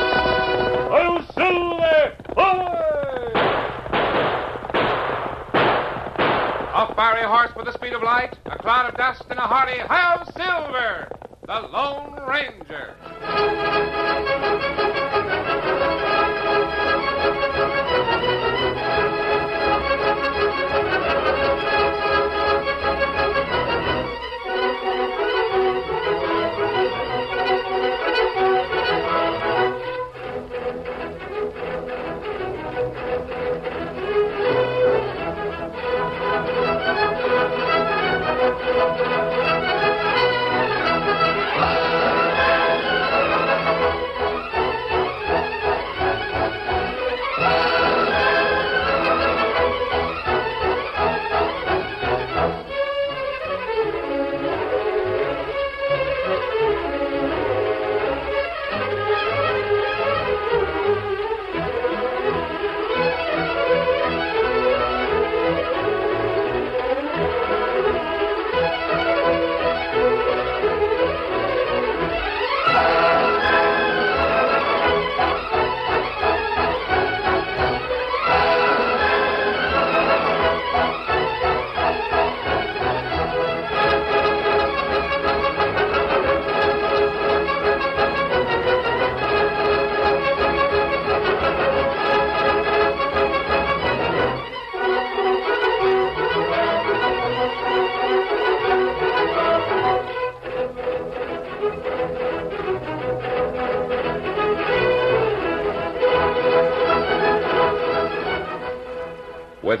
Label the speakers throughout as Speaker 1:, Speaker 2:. Speaker 1: Oh, Silver! Forward! A fiery horse with the speed of light, a cloud of dust, and a hearty Hail Silver! The Lone Ranger. With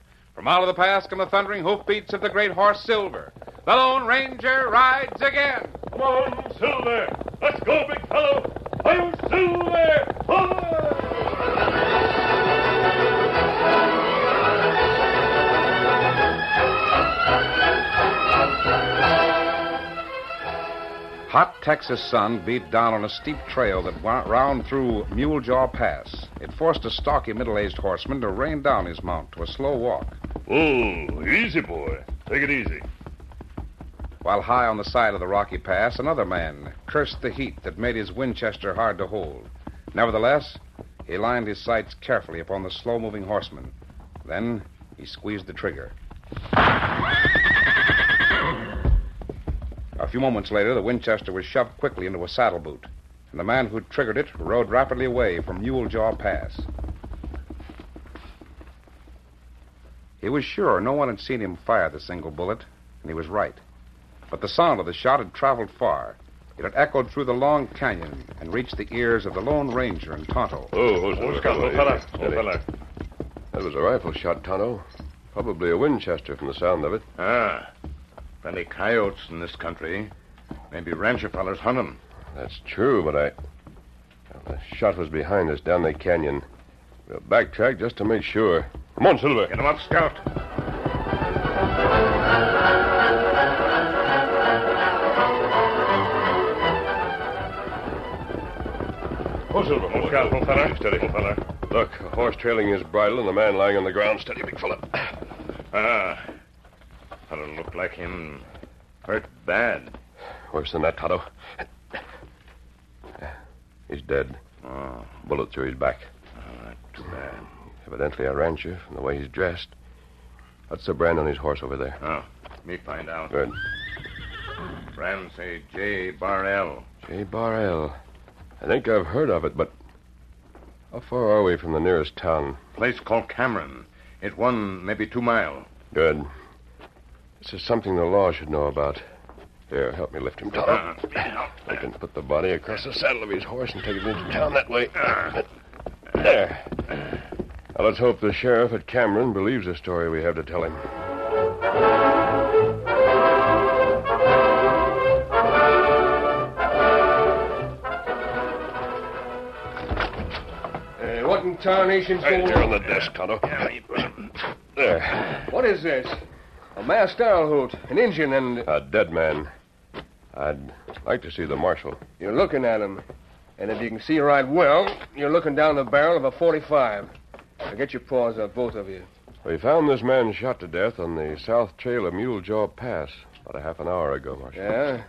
Speaker 1: From out of the past come the thundering hoofbeats of the great horse Silver. The Lone Ranger rides again. Come on, Silver. Let's go, big fellow. I'm Silver. Hot Texas sun beat down on a steep trail that went round through Mule Jaw Pass. It forced a stocky middle aged horseman to rein down his mount to a slow walk.
Speaker 2: Oh, easy, boy. Take it easy.
Speaker 1: While high on the side of the rocky pass, another man cursed the heat that made his Winchester hard to hold. Nevertheless, he lined his sights carefully upon the slow moving horseman. Then he squeezed the trigger. A few moments later, the Winchester was shoved quickly into a saddle boot, and the man who triggered it rode rapidly away from Mule Jaw Pass. He was sure no one had seen him fire the single bullet, and he was right. But the sound of the shot had traveled far. It had echoed through the long canyon and reached the ears of the Lone Ranger and Tonto.
Speaker 2: Oh,
Speaker 3: That was a rifle shot, Tonto. Probably a Winchester from the sound of it.
Speaker 4: Ah, plenty coyotes in this country. Maybe rancher fellers hunt 'em.
Speaker 3: That's true, but I. Well, the shot was behind us down the canyon. We'll backtrack just to make sure. Come on, Silver.
Speaker 4: Get 'em up, Scout.
Speaker 2: Oh, Silver. Oh, Scout, old fella. Steady, old fella.
Speaker 3: Look, a horse trailing his bridle and the man lying on the ground. Steady, big fella.
Speaker 4: Ah, feller looked like him. Hurt bad.
Speaker 3: Worse than that, Tonto. He's dead.
Speaker 4: Oh,
Speaker 3: Bullet through his back.
Speaker 4: too bad.
Speaker 3: Evidently a rancher from the way he's dressed. That's the brand on his horse over there.
Speaker 4: Oh, let me find out.
Speaker 3: Good.
Speaker 4: Friends say J. Barnell.
Speaker 3: J. Barrel. I think I've heard of it, but how far are we from the nearest town?
Speaker 4: Place called Cameron. It one, maybe two mile.
Speaker 3: Good. This is something the law should know about. Here, help me lift him,
Speaker 2: Uh-huh.
Speaker 3: Tonto.
Speaker 4: Ah, out.
Speaker 3: I can put the body across the saddle of his horse and take it into town that way. There. Now, let's hope the sheriff at Cameron believes the story we have to tell him.
Speaker 5: Uh, what in tarnation's
Speaker 3: Right
Speaker 5: going
Speaker 3: there
Speaker 5: on?
Speaker 3: on the desk, Tonto. There.
Speaker 5: What is this? A masked arrowroot, an Indian, and
Speaker 3: A dead man. I'd like to see the marshal.
Speaker 5: you're looking at him. And if you can see right well, you're looking down the barrel of a 45. Now get your paws up, both of you.
Speaker 3: We found this man shot to death on the south trail of Mule Jaw Pass about a half an hour ago, Marshal.
Speaker 5: Yeah?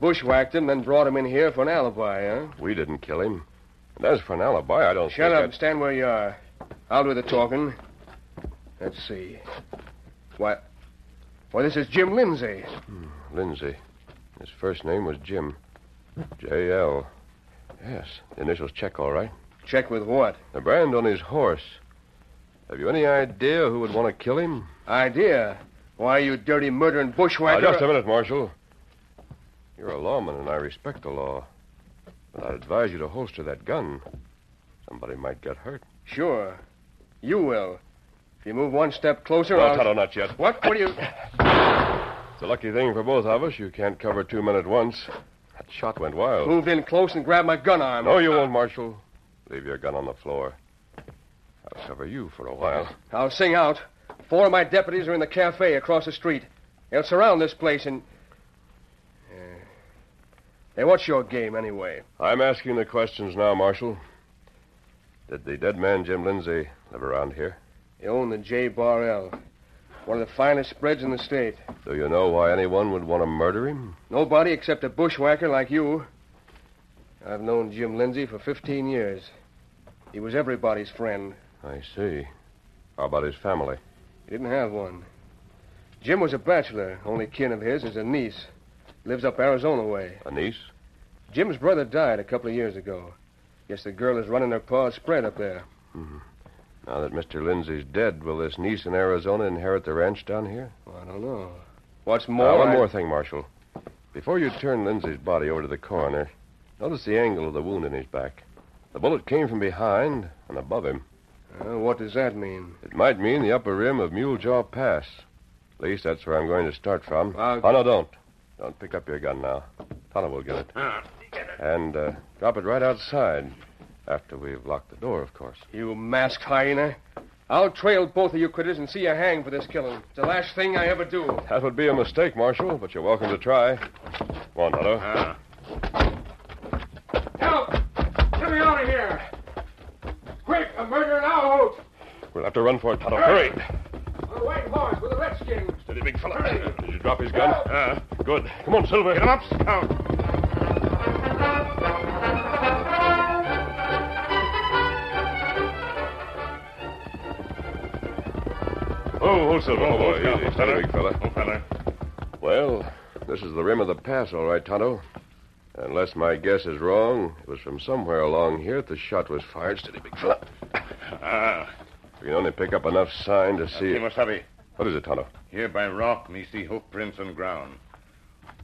Speaker 5: Bushwhacked him, then brought him in here for an alibi, huh?
Speaker 3: We didn't kill him. And as for an alibi, I don't
Speaker 5: Shut
Speaker 3: think
Speaker 5: up.
Speaker 3: that-
Speaker 5: Stand where you are. I'll do the talking. Let's see. Why, why, this is Jim Lindsay.
Speaker 3: Lindsay. His first name was Jim. J.L. Yes, the initials check, all right.
Speaker 5: Check with what?
Speaker 3: The brand on his horse. Have you any idea who would want to kill him?
Speaker 5: Idea. Why, you dirty murdering
Speaker 3: Now,
Speaker 5: bushwhacker.
Speaker 1: uh,
Speaker 3: just a minute, Marshal. You're a lawman, and I respect the law. But I'd advise you to holster that gun. Somebody might get hurt.
Speaker 5: Sure. You will. If you move one step closer,
Speaker 3: No,
Speaker 5: I'll...
Speaker 3: Tonto, not yet.
Speaker 5: What? What do you...
Speaker 3: It's a lucky thing for both of us. You can't cover two men at once. That shot went wild.
Speaker 5: Moved in close and grabbed my gun arm.
Speaker 3: No, you won't, Marshal. Leave your gun on the floor. I'll cover you for a while.
Speaker 5: I'll sing out. Four of my deputies are in the cafe across the street. They'll surround this place and... Uh, Hey, what's your game, anyway?
Speaker 3: I'm asking the questions now, Marshal. Did the dead man, Jim Lindsay, live around here?
Speaker 5: You own the J Bar L. One of the finest spreads in the state.
Speaker 3: Do you know why anyone would want to murder him?
Speaker 5: Nobody except a bushwhacker like you. I've known Jim Lindsay for 15 years. He was everybody's friend.
Speaker 3: I see. How about his family?
Speaker 5: He didn't have one. Jim was a bachelor. Only kin of his is a niece. Lives up Arizona way.
Speaker 3: A niece?
Speaker 5: Jim's brother died a couple of years ago. Guess the girl is running her pa's spread up there.
Speaker 3: Now that Mr. Lindsay's dead, will this niece in Arizona inherit the ranch down here?
Speaker 5: Well, I don't know. What's more,
Speaker 3: Now, Uh, one
Speaker 5: I-
Speaker 3: more thing, Marshal. Before you turn Lindsay's body over to the coroner, notice the angle of the wound in his back. The bullet came from behind and above him.
Speaker 5: Uh, what does that mean?
Speaker 3: It might mean the upper rim of Mule Jaw Pass. At least that's where I'm going to start from.
Speaker 5: Uh,
Speaker 3: oh, no, don't. Don't pick up your gun now. Tonto will get it. And uh, drop it right outside. After we've locked the door, of course.
Speaker 5: You masked hyena. I'll trail both of you critters and see you hang for this killing. It's the last thing I ever do.
Speaker 3: That would be a mistake, Marshal, but you're welcome to try. Come on, Tonto.
Speaker 4: Ah. Uh-huh.
Speaker 5: Help! Get me out of here! Quick, a murdering out!
Speaker 3: We'll have to run for it, Tonto. Hurry!
Speaker 5: On a white horse with a redskin.
Speaker 3: Steady, big fella.
Speaker 4: Oh,
Speaker 3: Did you drop his gun? Ah, good. Come on, Silver. Get him up, Scout.
Speaker 2: Oh, hold Silver.
Speaker 3: Oh, boy,
Speaker 2: Scout,
Speaker 3: easy.
Speaker 2: old fella.
Speaker 3: Big fella.
Speaker 2: Old fella.
Speaker 3: Well, this is the rim of the pass, all right, Tonto. Unless my guess is wrong, it was from somewhere along here that the shot was fired. Steady, big fella.
Speaker 4: Ah,
Speaker 3: We can only pick up enough sign to see
Speaker 4: see,
Speaker 3: it.
Speaker 4: Masabi.
Speaker 3: What is it, Tonto?
Speaker 4: Here by rock, me see hoof prints on ground.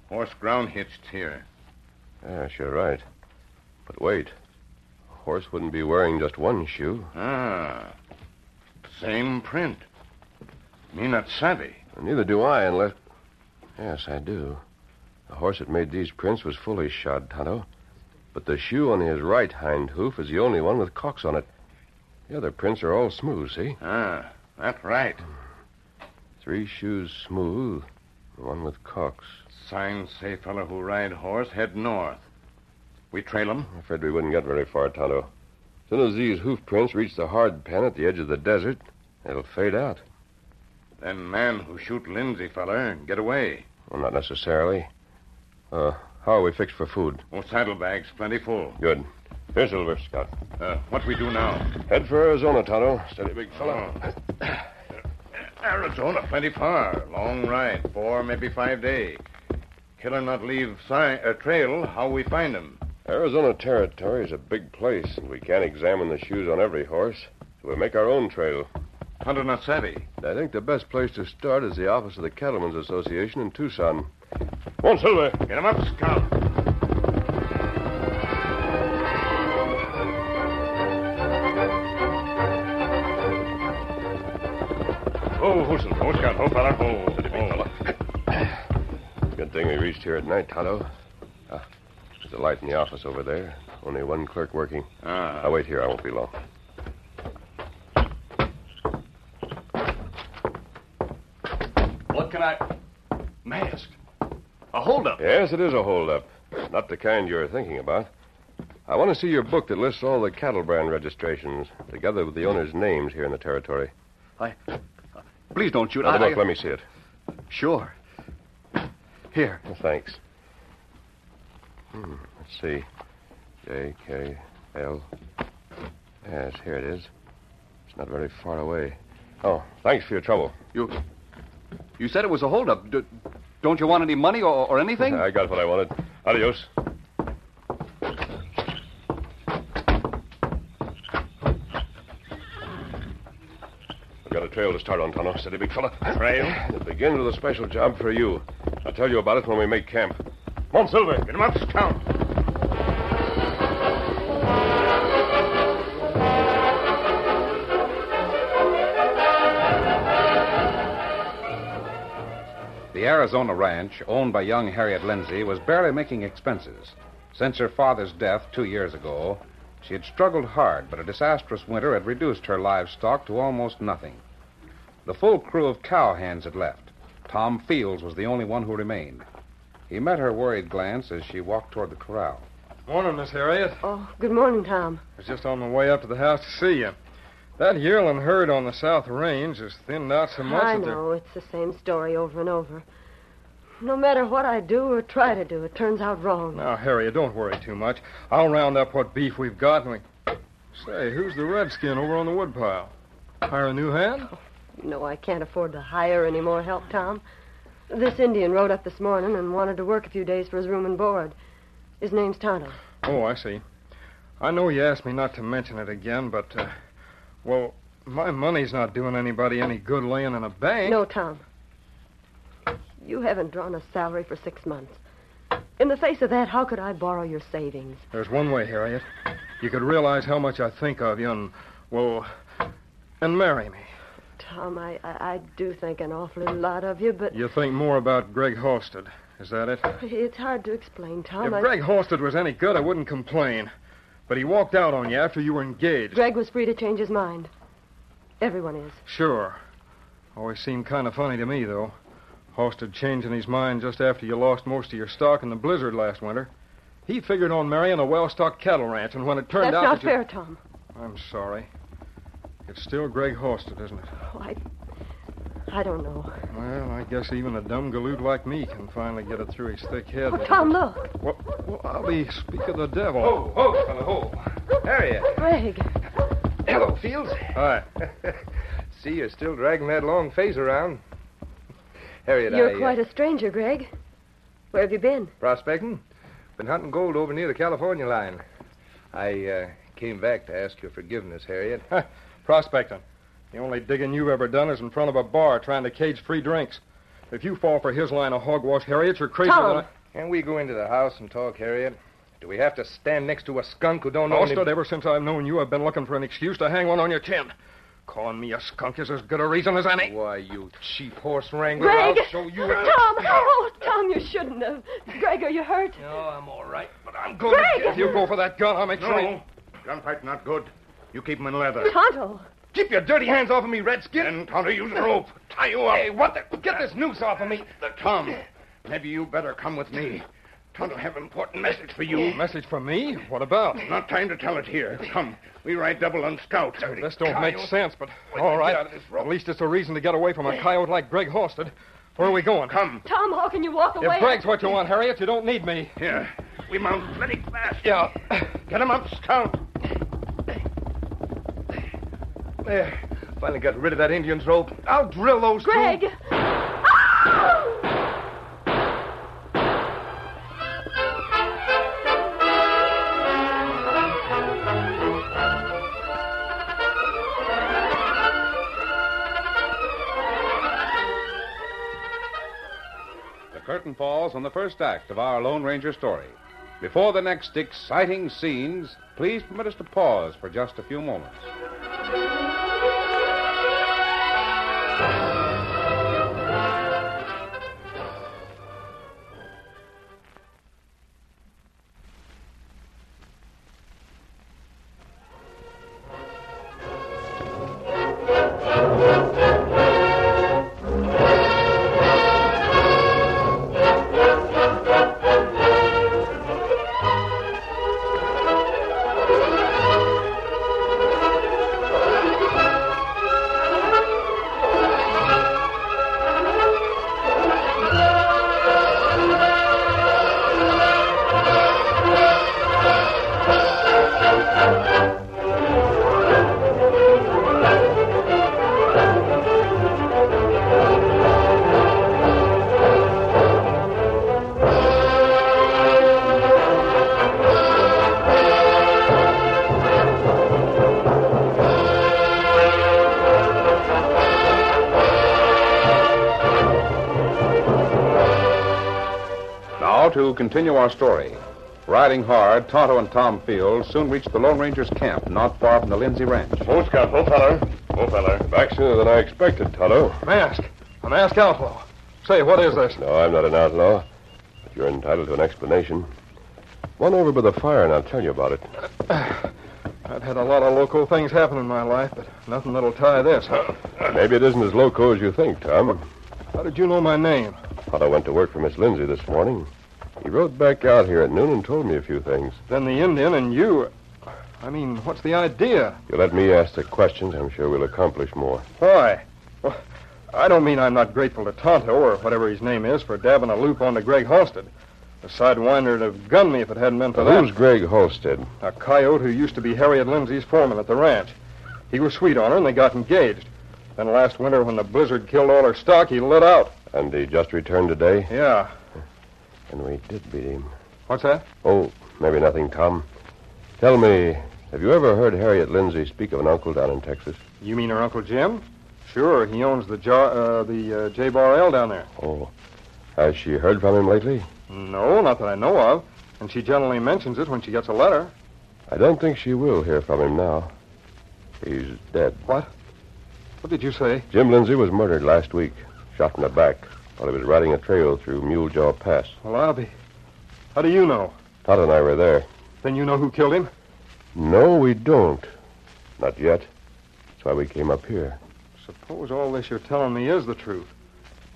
Speaker 4: Horse ground hitched here.
Speaker 3: Yes, you're right. But wait. A horse wouldn't be wearing just one shoe.
Speaker 4: Ah, same print. Me not savvy.
Speaker 3: Neither do I, unless. Yes, I do. The horse that made these prints was fully shod, Tonto. But the shoe on his right hind hoof is the only one with cocks on it. The other prints are all smooth, see?
Speaker 4: Ah, that right.
Speaker 3: Three shoes smooth, the one with cocks.
Speaker 4: Sign say fellow who ride horse head north. We trail 'em.
Speaker 3: I'm afraid we wouldn't get very far, Tonto. As soon as these hoof prints reach the hard pan at the edge of the desert, it'll fade out.
Speaker 4: Then man who shoot Lindsay feller get away.
Speaker 3: Well, not necessarily. Uh, how are we fixed for food?
Speaker 4: Oh, saddlebags plenty full.
Speaker 3: Good. Here, Silver, Scott.
Speaker 4: Uh, what we do now?
Speaker 3: Head for Arizona, Tonto. Steady, big fella.
Speaker 4: Arizona plenty far. Long ride, four maybe five day. Killer not leave sign uh, trail. How we find him?
Speaker 3: Arizona Territory is a big place, and we can't examine the shoes on every horse, so we make our own trail.
Speaker 4: Hunter not savvy.
Speaker 3: And I think the best place to start is the office of the Cattlemen's Association in Tucson. One silver.
Speaker 4: Get him up, scout. Oh, whistle. Oh, scout. Oh, fella. Oh, steady, big fella.
Speaker 3: Good thing we reached here at night, Tonto. Ah, there's a light in the office over there. Only one clerk working.
Speaker 6: Ah.
Speaker 3: I'll wait here. I won't be long.
Speaker 4: What can I... Mask. A holdup.
Speaker 3: Yes, it is a holdup. Not the kind you're thinking about. I want to see your book that lists all the cattle brand registrations, together with the owners' names here in the territory.
Speaker 4: I... Please don't shoot.
Speaker 3: Now,
Speaker 4: I...
Speaker 3: look, let me see it.
Speaker 4: Sure. Here.
Speaker 3: Well, thanks. Hmm, let's see. J K L. Yes, here it is. It's not very far away. Oh, thanks for your trouble.
Speaker 4: You... You said it was a holdup. Do... Don't you want any money or, or anything?
Speaker 3: I got what I wanted. Adios. I've got a trail to start on, Tonto. Steady, big fella. Trail? It begins with a special job for you. I'll tell you about it when we make camp. Come on, Silver. Get him up, scout.
Speaker 6: The Arizona ranch, owned by young Harriet Lindsay, was barely making expenses. Since her father's death two years ago, she had struggled hard, but a disastrous winter had reduced her livestock to almost nothing. The full crew of cowhands had left. Tom Fields was the only one who remained. He met her worried glance as she walked toward the corral.
Speaker 1: Morning, Miss Harriet.
Speaker 7: Oh, good morning, Tom.
Speaker 1: I was just on the way up to the house to see you. That yearling herd on the South Range has thinned out so much
Speaker 7: I
Speaker 1: that they're...
Speaker 7: know, it's the same story over and over. No matter what I do or try to do, it turns out wrong.
Speaker 1: Now, Harriet, don't worry too much. I'll round up what beef we've got and we... Say, who's the redskin over on the woodpile? Hire a new hand?
Speaker 7: You know, I can't afford to hire any more help, Tom. This Indian rode up this morning and wanted to work a few days for his room and board. His name's Tonto.
Speaker 1: Oh, I see. I know you asked me not to mention it again, but, uh, well, my money's not doing anybody any good laying in a bank.
Speaker 7: No, Tom. You haven't drawn a salary for six months. In the face of that, how could I borrow your savings?
Speaker 1: There's one way, Harriet. You could realize how much I think of you and, well, and marry me.
Speaker 7: Tom, I, I, I do think an awfully lot of you, but
Speaker 1: You think more about Greg Halstead. Is that it?
Speaker 7: it's hard to explain, Tom.
Speaker 1: If
Speaker 7: I-
Speaker 1: Greg Halstead was any good, I wouldn't complain. But he walked out on you after you were engaged.
Speaker 7: Greg was free to change his mind. Everyone is.
Speaker 1: Sure. Always seemed kind of funny to me, though. Halstead changing his mind just after you lost most of your stock in the blizzard last winter. He figured on marrying a well-stocked cattle ranch, and when it turned
Speaker 7: That's
Speaker 1: out
Speaker 7: not
Speaker 1: that you...
Speaker 7: fair, Tom.
Speaker 1: I'm sorry. It's still Greg Halstead, isn't it?
Speaker 7: Oh, I, I don't know.
Speaker 1: Well, I guess even a dumb galoot like me can finally get it through his thick head.
Speaker 7: Oh, Tom, look.
Speaker 1: Well, well, I'll be speak of the devil.
Speaker 4: Ho, ho, fella, ho.
Speaker 8: Harriet.
Speaker 7: Greg.
Speaker 8: Hello, Fields.
Speaker 1: Hi.
Speaker 8: See, you're still dragging that long face around. Harriet,
Speaker 7: You're
Speaker 1: uh,
Speaker 4: uh,
Speaker 8: I...
Speaker 7: quite a stranger, Greg. Where have you been?
Speaker 8: Prospecting. Been hunting gold over near the California line. I uh, came back to ask your forgiveness, Harriet.
Speaker 1: Prospecting. The only digging you've ever done is in front of a bar trying to cage free drinks. If you fall for his line of hogwash, Harriet, you're crazy.
Speaker 7: Tom!
Speaker 1: Than
Speaker 8: Can we go into the house and talk, Harriet? Do we have to stand next to a skunk who don't
Speaker 1: I...
Speaker 8: know any-
Speaker 1: Halstead, ever since I've known you, I've been looking for an excuse to hang one on your chin. Calling me a skunk is as good a reason as any.
Speaker 8: Why, you cheap horse wrangler.
Speaker 7: Greg!
Speaker 8: I'll show you out.
Speaker 7: Tom! Oh, Tom, you shouldn't have. Greg, are you hurt?
Speaker 8: No, I'm all right, but I'm
Speaker 1: Go
Speaker 7: Greg!
Speaker 1: to- If you go for that gun, I'll make sure... you-
Speaker 4: Gunfight not good. You keep him in leather.
Speaker 7: Tonto!
Speaker 8: Keep your dirty hands off of me, Redskin.
Speaker 4: Then Tonto, use the rope. Tie you up.
Speaker 8: Hey, what the? Get this noose off of me.
Speaker 4: Tom, maybe you better come with me. Tonto have important message for you.
Speaker 1: Message from me? What about?
Speaker 4: Not time to tell it here. Come, we ride double on scout.
Speaker 1: This don't make sense, but all right. At least it's a reason to get away from a coyote like Greg Halstead. Where are we going?
Speaker 4: Come
Speaker 7: Tom, how can you walk away?
Speaker 1: If Greg's what you want, Harriet, you don't need me.
Speaker 4: here. We mount plenty fast.
Speaker 1: Yeah.
Speaker 4: Get him up, scout.
Speaker 8: There. Finally got rid of that Indian's rope. I'll drill those two.
Speaker 7: Greg!
Speaker 6: The curtain falls on the first act of our Lone Ranger story. Before the next exciting scenes, please permit us to pause for just a few moments.
Speaker 1: to continue our story. Riding hard, Tonto and Tom Field soon reached the Lone Ranger's camp, not far from the Lindsay Ranch.
Speaker 2: Who's got whole feller? Whole feller.
Speaker 3: Back sooner than I expected, Tonto.
Speaker 4: Mask. A mask outlaw. Say, what is this?
Speaker 3: No, I'm not an outlaw, but you're entitled to an explanation. Run over by the fire, and I'll tell you about it.
Speaker 4: I've had a lot of local things happen in my life, but nothing that'll tie this.
Speaker 3: Maybe it isn't as loco as you think, Tom.
Speaker 4: How did you know my name?
Speaker 3: Tonto went to work for Miss Lindsay this morning. He rode back out here at noon and told me a few things.
Speaker 4: Then the Indian and you. I mean, what's the idea?
Speaker 3: You let me ask the questions, I'm sure we'll accomplish more.
Speaker 4: Why? Well, I don't mean I'm not grateful to Tonto or whatever his name is for dabbing a loop onto Greg Halstead. The sidewinder would have gunned me if it hadn't been for
Speaker 3: Who's
Speaker 4: that.
Speaker 3: Greg Holstead?
Speaker 4: A coyote who used to be Harriet Lindsay's foreman at the ranch. He was sweet on her, and they got engaged. Then last winter, when the blizzard killed all her stock, he lit out.
Speaker 3: And he just returned today?
Speaker 4: Yeah.
Speaker 3: And we did beat him.
Speaker 4: What's that?
Speaker 3: Oh, maybe nothing, Tom. Tell me, have you ever heard Harriet Lindsay speak of an uncle down in Texas?
Speaker 4: You mean her Uncle Jim? Sure, he owns the jar, uh, the uh, J Bar L down there.
Speaker 3: Oh. Has she heard from him lately?
Speaker 4: No, not that I know of. And she generally mentions it when she gets a letter.
Speaker 3: I don't think she will hear from him now. He's dead.
Speaker 4: What did you say?
Speaker 3: Jim Lindsay was murdered last week, shot in the back, while he was riding a trail through Mule Jaw Pass.
Speaker 4: Well, I'll be. How do you know?
Speaker 3: Todd and I were there.
Speaker 4: Then you know who killed him?
Speaker 3: No, we don't. Not yet. That's why we came up here.
Speaker 4: Suppose all this you're telling me is the truth.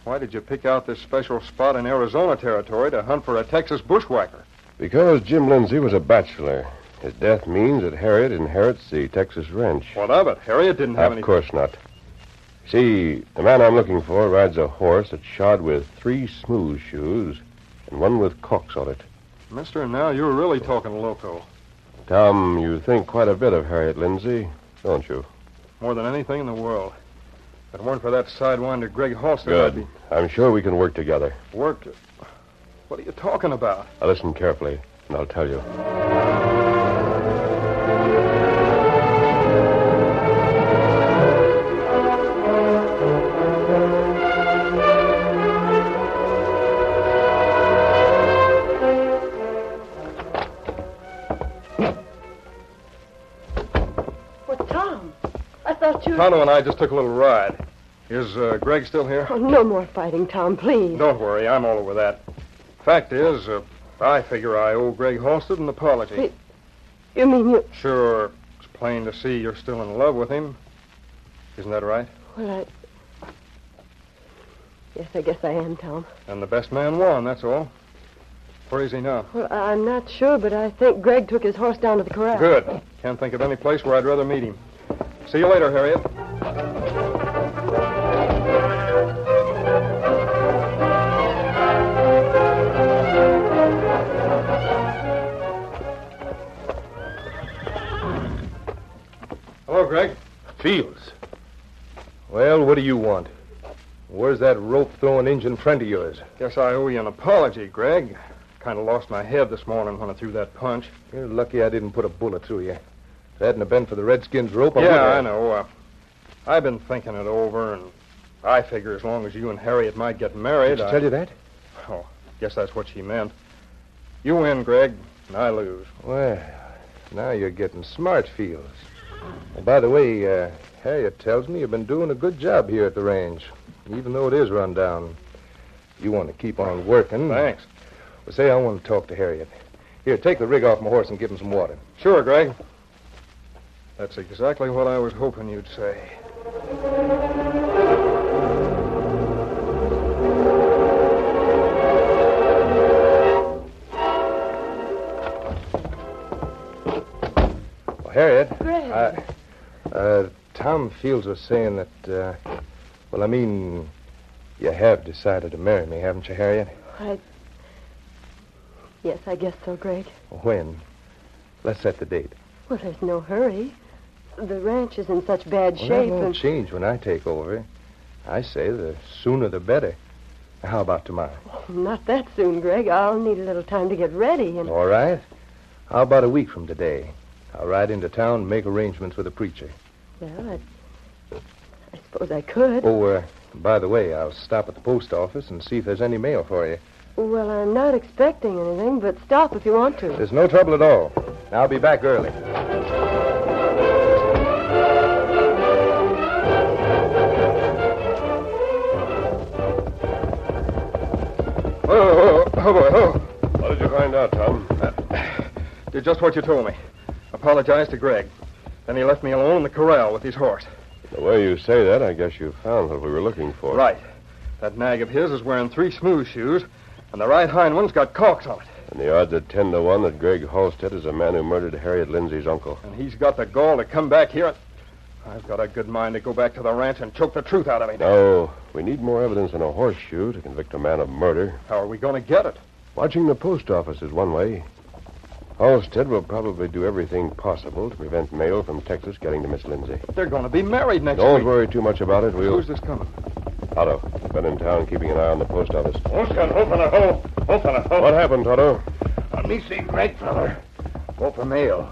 Speaker 4: Why did you pick out this special spot in Arizona territory to hunt for a Texas bushwhacker?
Speaker 3: Because Jim Lindsay was a bachelor. His death means that Harriet inherits the Texas ranch.
Speaker 4: What of it? Harriet didn't have
Speaker 3: Of
Speaker 4: any.
Speaker 3: course not. See, the man I'm looking for rides a horse that's shod with three smooth shoes and one with calks on it.
Speaker 4: Mister, now you're really talking loco.
Speaker 3: Tom, you think quite a bit of Harriet Lindsay, don't you?
Speaker 4: More than anything in the world. If it weren't for that sidewinder Greg Halstead, I'd be
Speaker 3: I'm sure we can work together.
Speaker 4: worked. What are you talking about?
Speaker 3: Now listen carefully, and I'll tell you.
Speaker 7: Well, Tom, I thought you.
Speaker 4: Tonto and I just took a little ride. Is uh, Greg still here?
Speaker 7: Oh, no more fighting, Tom, please.
Speaker 4: Don't worry, I'm all over that. Fact is, uh, I figure I owe Greg Halstead an apology.
Speaker 7: Hey. You mean you.
Speaker 4: Sure, it's plain to see you're still in love with him. Isn't that right?
Speaker 7: Well, I. Yes, I guess I am, Tom.
Speaker 4: And the best man won, that's all. Where is he now?
Speaker 7: Well, I- I'm not sure, but I think Greg took his horse down to the corral.
Speaker 4: Good. Can't think of any place where I'd rather meet him. See you later, Harriet. Hello, Greg.
Speaker 9: Fields. Well, what do you want? Where's that rope throwing Injun friend of yours?
Speaker 4: Guess I owe you an apology, Greg. Kind of lost my head this morning when I threw that punch.
Speaker 9: You're lucky I didn't put a bullet through you. If it hadn't have been for the Redskins rope, I would
Speaker 4: yeah,
Speaker 9: have.
Speaker 4: I know. Uh, I've been thinking it over, and I figure as long as you and Harriet might get
Speaker 9: Did
Speaker 4: married,
Speaker 9: she
Speaker 4: I Oh,
Speaker 9: tell you that?
Speaker 4: guess that's what she meant. You win, Greg, and I lose.
Speaker 9: Well, now you're getting smart, Fields. And by the way, uh, Harriet tells me you've been doing a good job here at the range, even though it is run down. You want to keep on working.
Speaker 4: Thanks.
Speaker 9: Well, say I want to talk to Harriet. Here, take the rig off my horse and give him some water.
Speaker 4: Sure, Greg. That's exactly what I was hoping you'd say.
Speaker 9: Well, Harriet,
Speaker 7: Greg.
Speaker 9: I- uh, Tom Fields was saying that, uh, well, I mean, you have decided to marry me, haven't you, Harriet?
Speaker 7: I. Yes, I guess so, Greg.
Speaker 9: When? Let's set the date.
Speaker 7: Well, there's no hurry. The ranch is in such bad
Speaker 9: Well, that
Speaker 7: shape,
Speaker 9: won't
Speaker 7: and
Speaker 9: change when I take over. I say the sooner the better. How about tomorrow?
Speaker 7: not that soon, Greg. I'll need a little time to get ready, and
Speaker 9: All right. How about a week from today? I'll ride into town and make arrangements with the preacher.
Speaker 7: well, I, I suppose I could.
Speaker 9: Oh, uh, by the way, I'll stop at the post office and see if there's any mail for you.
Speaker 7: Well, I'm not expecting anything, but stop if you want to.
Speaker 5: There's no trouble at all. I'll be back early.
Speaker 1: Oh, oh, oh, oh, boy, oh.
Speaker 3: What did you find out, Tom?
Speaker 1: Did just what you told me. Apologized to Greg. Then he left me alone in the corral with his horse.
Speaker 3: The way you say that, I guess you found what we were looking for.
Speaker 1: Right. That nag of his is wearing three smooth shoes, and the right hind one's got calks on it.
Speaker 3: And the odds are ten to one that Greg Halstead is the man who murdered Harriet Lindsay's uncle.
Speaker 1: And he's got the gall to come back here. and- I've got a good mind to go back to the ranch and choke the truth out of him.
Speaker 3: No, we need more evidence than a horseshoe to convict a man of murder.
Speaker 1: How are we going to get it?
Speaker 3: Watching the post office is one way. Halstead will probably do everything possible to prevent mail from Texas getting to Miss Lindsay.
Speaker 1: But they're going to be married next
Speaker 3: Don't
Speaker 1: week.
Speaker 3: worry too much about it. We'll.
Speaker 1: Who's this coming?
Speaker 3: Toto, been in town keeping an eye on the post office.
Speaker 10: Open, open a hole. Open a hole.
Speaker 3: What happened, Toto?
Speaker 10: Let me see Greg, feller.
Speaker 1: Go for mail.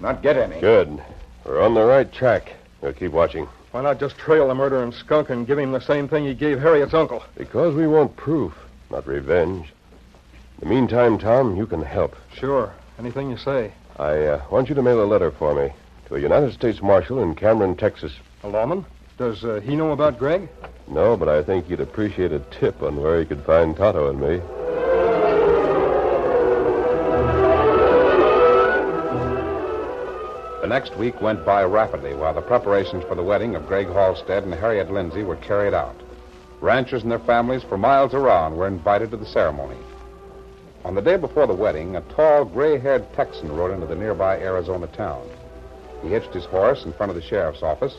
Speaker 1: Not get any.
Speaker 3: Good. We're on the right track. We'll keep watching.
Speaker 1: Why not just trail the murdering skunk and give him the same thing he gave Harriet's uncle?
Speaker 3: Because we want proof, not revenge. In the meantime, Tom, you can help.
Speaker 1: Sure. Anything you say.
Speaker 3: I uh, want you to mail a letter for me to a United States Marshal in Cameron, Texas.
Speaker 1: A lawman? Does uh, he know about Greg?
Speaker 3: No, but I think you'd appreciate a tip on where he could find Toto and me.
Speaker 11: The next week went by rapidly while the preparations for the wedding of Greg Halstead and Harriet Lindsay were carried out. Ranchers and their families for miles around were invited to the ceremony. On the day before the wedding, a tall, gray haired Texan rode into the nearby Arizona town. He hitched his horse in front of the sheriff's office,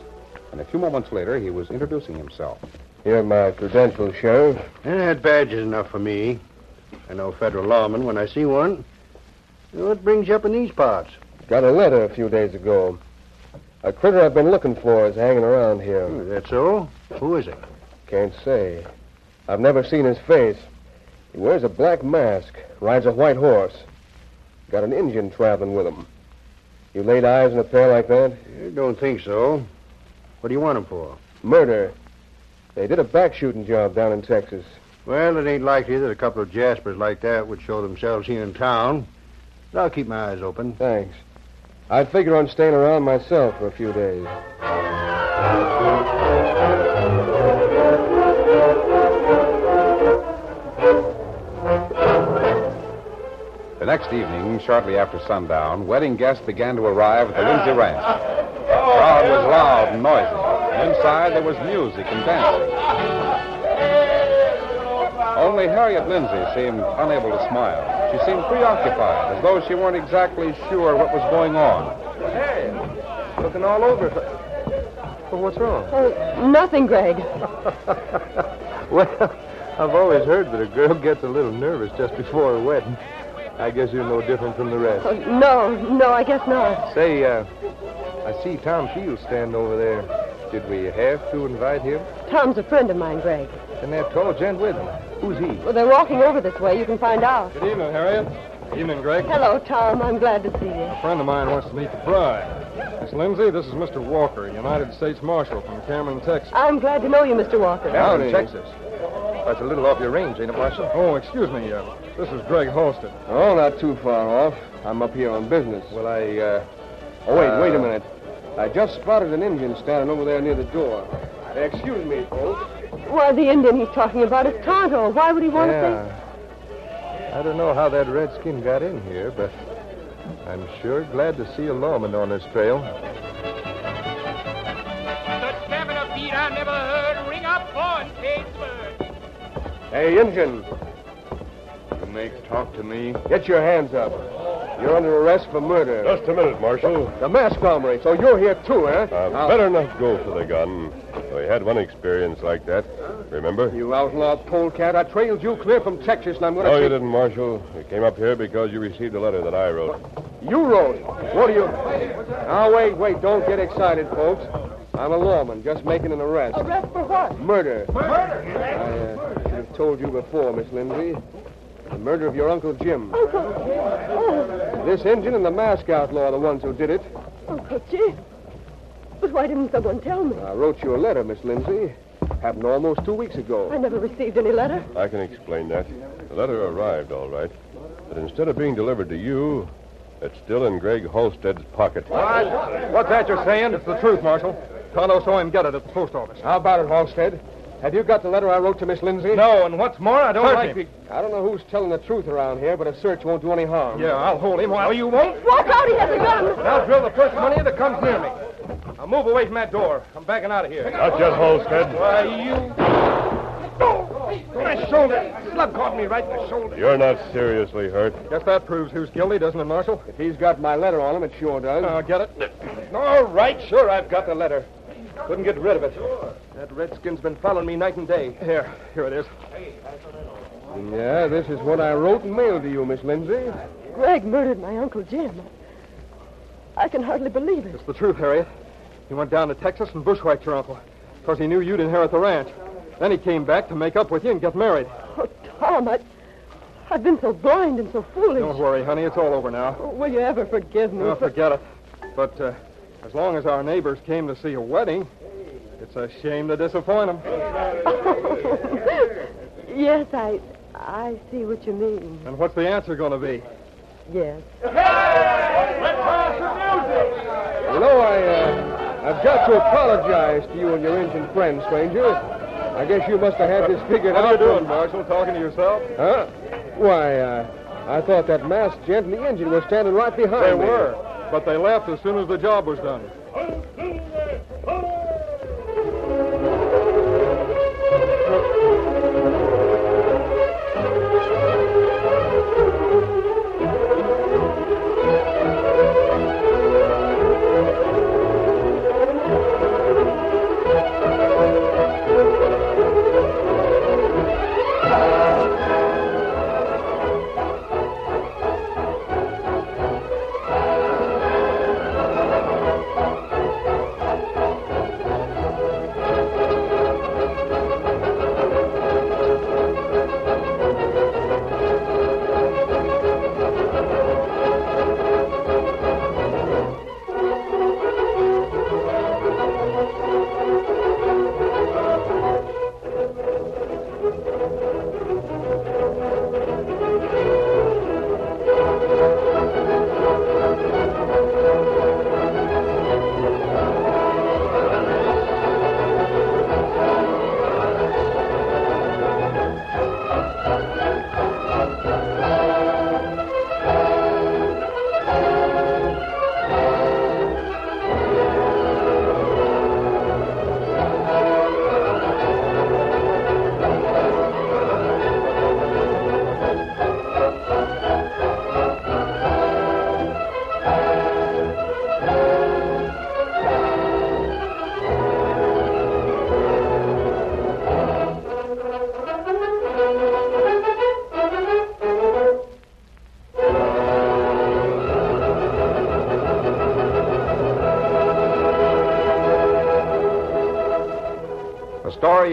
Speaker 11: and a few moments later, he was introducing himself.
Speaker 5: Here are my credentials, Sheriff.
Speaker 4: That badge is enough for me. I know federal lawmen when I see one. What brings you up in these parts?
Speaker 5: Got a letter a few days ago. A critter I've been looking for is hanging around here.
Speaker 4: Is that so? Oh, Who is it?
Speaker 5: Can't say. I've never seen his face. He wears a black mask, rides a white horse. Got an Indian traveling with him. You laid eyes on a pair like that?
Speaker 4: I don't think so. What do you want him for?
Speaker 5: Murder. They did a back shooting job down in Texas.
Speaker 4: Well, it ain't likely that a couple of jaspers like that would show themselves here in town. But I'll keep my eyes open.
Speaker 5: Thanks. I figure on staying around myself for a few days.
Speaker 11: The next evening, shortly after sundown, wedding guests began to arrive at the Lindsay Ranch. The crowd was loud and noisy. and Inside, there was music and dancing. Only Harriet Lindsay seemed unable to smile. She seemed preoccupied, as though she weren't exactly sure what was going on.
Speaker 1: Looking all over. Well, what's wrong?
Speaker 7: Oh, nothing, Greg.
Speaker 4: Well, I've always heard that a girl gets a little nervous just before a wedding.
Speaker 5: I guess you're no different from the rest.
Speaker 7: Oh, no, no, I guess not.
Speaker 5: Say, uh, I see Tom Fields standing over there. Did we have to invite him?
Speaker 7: Tom's a friend of mine, Greg.
Speaker 5: And that tall gent with him. Who's he?
Speaker 7: Well, they're walking over this way. You can find out.
Speaker 1: Good evening, Harriet. Evening, Greg.
Speaker 7: Hello, Tom. I'm glad to see you.
Speaker 1: A friend of mine wants to meet the bride. Miss Lindsay, this is Mr. Walker, United States Marshal from Cameron, Texas.
Speaker 7: I'm glad to know you, Mr. Walker.
Speaker 1: Down
Speaker 5: Howdy.
Speaker 1: in Texas.
Speaker 5: That's a little off your range, ain't it, Marshal?
Speaker 1: Oh, excuse me. Uh, this is Greg Halstead.
Speaker 5: Oh, not too far off. I'm up here on business. Well, I, uh... Oh, wait,
Speaker 1: uh,
Speaker 5: wait a minute. I just spotted an Indian standing over there near the door. Excuse me, folks.
Speaker 7: Why, the Indian he's talking about is Tonto. Why would he want to
Speaker 5: Yeah. I don't know how that redskin got in here, but I'm sure glad to see a lawman on this trail.
Speaker 12: Such stamina beat I never heard. Ring up on Pittsburgh.
Speaker 5: Hey, Injun,
Speaker 10: You may talk to me.
Speaker 5: get your hands up. You're under arrest for murder.
Speaker 3: Just a minute, Marshal.
Speaker 5: The masked hombre, so you're here too, eh?
Speaker 3: Uh, Better not go for the gun. We had one experience like that. Remember?
Speaker 5: You outlaw polecat. I trailed you clear from Texas, and I'm
Speaker 10: Oh,
Speaker 5: going to...
Speaker 3: No, you didn't, Marshal. We came up here because you received a letter that I wrote.
Speaker 5: You wrote it. What do you... Now, wait, wait. Don't get excited, folks. I'm a lawman, just making an arrest.
Speaker 7: say? Arrest for what?
Speaker 5: Murder. Murder? I uh, should have told you before, Miss Lindsay. The murder of your Uncle Jim. Oh. This engine and the mask outlaw are the ones who did it.
Speaker 7: Uncle Jim. Oh, But why didn't someone tell me?
Speaker 5: I wrote you a letter, Miss Lindsay. Happened almost two weeks ago.
Speaker 7: I never received any letter.
Speaker 3: I can explain that. The letter arrived, all right. But instead of being delivered to you, it's still in Greg Holstead's pocket.
Speaker 13: What? What's that you're saying? It's the truth, Marshal. Tonto saw him get it at the post office.
Speaker 5: How about it, Halstead? Have you got the letter I wrote to Miss Lindsay?
Speaker 13: No, and what's more, I don't
Speaker 5: Search
Speaker 13: like
Speaker 5: him.
Speaker 13: it.
Speaker 5: I don't know who's telling the truth around here, but a search won't do any harm.
Speaker 13: Yeah, I'll hold him. Well, you won't.
Speaker 7: Walk out, he has a gun.
Speaker 13: Now drill the first one in that comes near me. Now move away from that door. I'm backing out of here.
Speaker 14: Not yet, Halstead.
Speaker 13: Why, you... My shoulder. Slug caught me right in the shoulder.
Speaker 14: You're not seriously hurt.
Speaker 13: Guess that proves who's guilty, doesn't it, Marshal?
Speaker 5: If he's got my letter on him, it sure does.
Speaker 13: I'll Uh, get it.
Speaker 5: All right, sure, I've got the letter. Couldn't get rid of it. That redskin's been following me night and day.
Speaker 13: Here, here it is.
Speaker 5: Yeah, this is what I wrote and mailed to you, Miss Lindsay.
Speaker 7: Greg murdered my Uncle Jim. I can hardly believe it.
Speaker 13: It's the truth, Harriet. He went down to Texas and bushwhacked your uncle because he knew you'd inherit the ranch. Then he came back to make up with you and get married.
Speaker 7: Oh, Tom, I, I've been so blind and so foolish.
Speaker 13: Don't worry, honey. It's all over now.
Speaker 7: Oh, Will you ever forgive me?
Speaker 13: Oh,
Speaker 7: for-
Speaker 13: forget it. But uh, as long as our neighbors came to see a wedding, it's a shame to disappoint them.
Speaker 7: yes, I, I see what you mean.
Speaker 13: And what's the answer going to be?
Speaker 7: Yes.
Speaker 5: You know, I, uh, I've got to apologize to you and your ancient friend, stranger. I guess you must have had this figured
Speaker 13: What are you
Speaker 5: out.
Speaker 13: doing, Marshal? Talking to yourself?
Speaker 5: Huh? Why, uh, I thought that masked gent and the engine were standing right behind
Speaker 13: They
Speaker 5: me.
Speaker 13: were, but they left as soon as the job was done.
Speaker 1: The story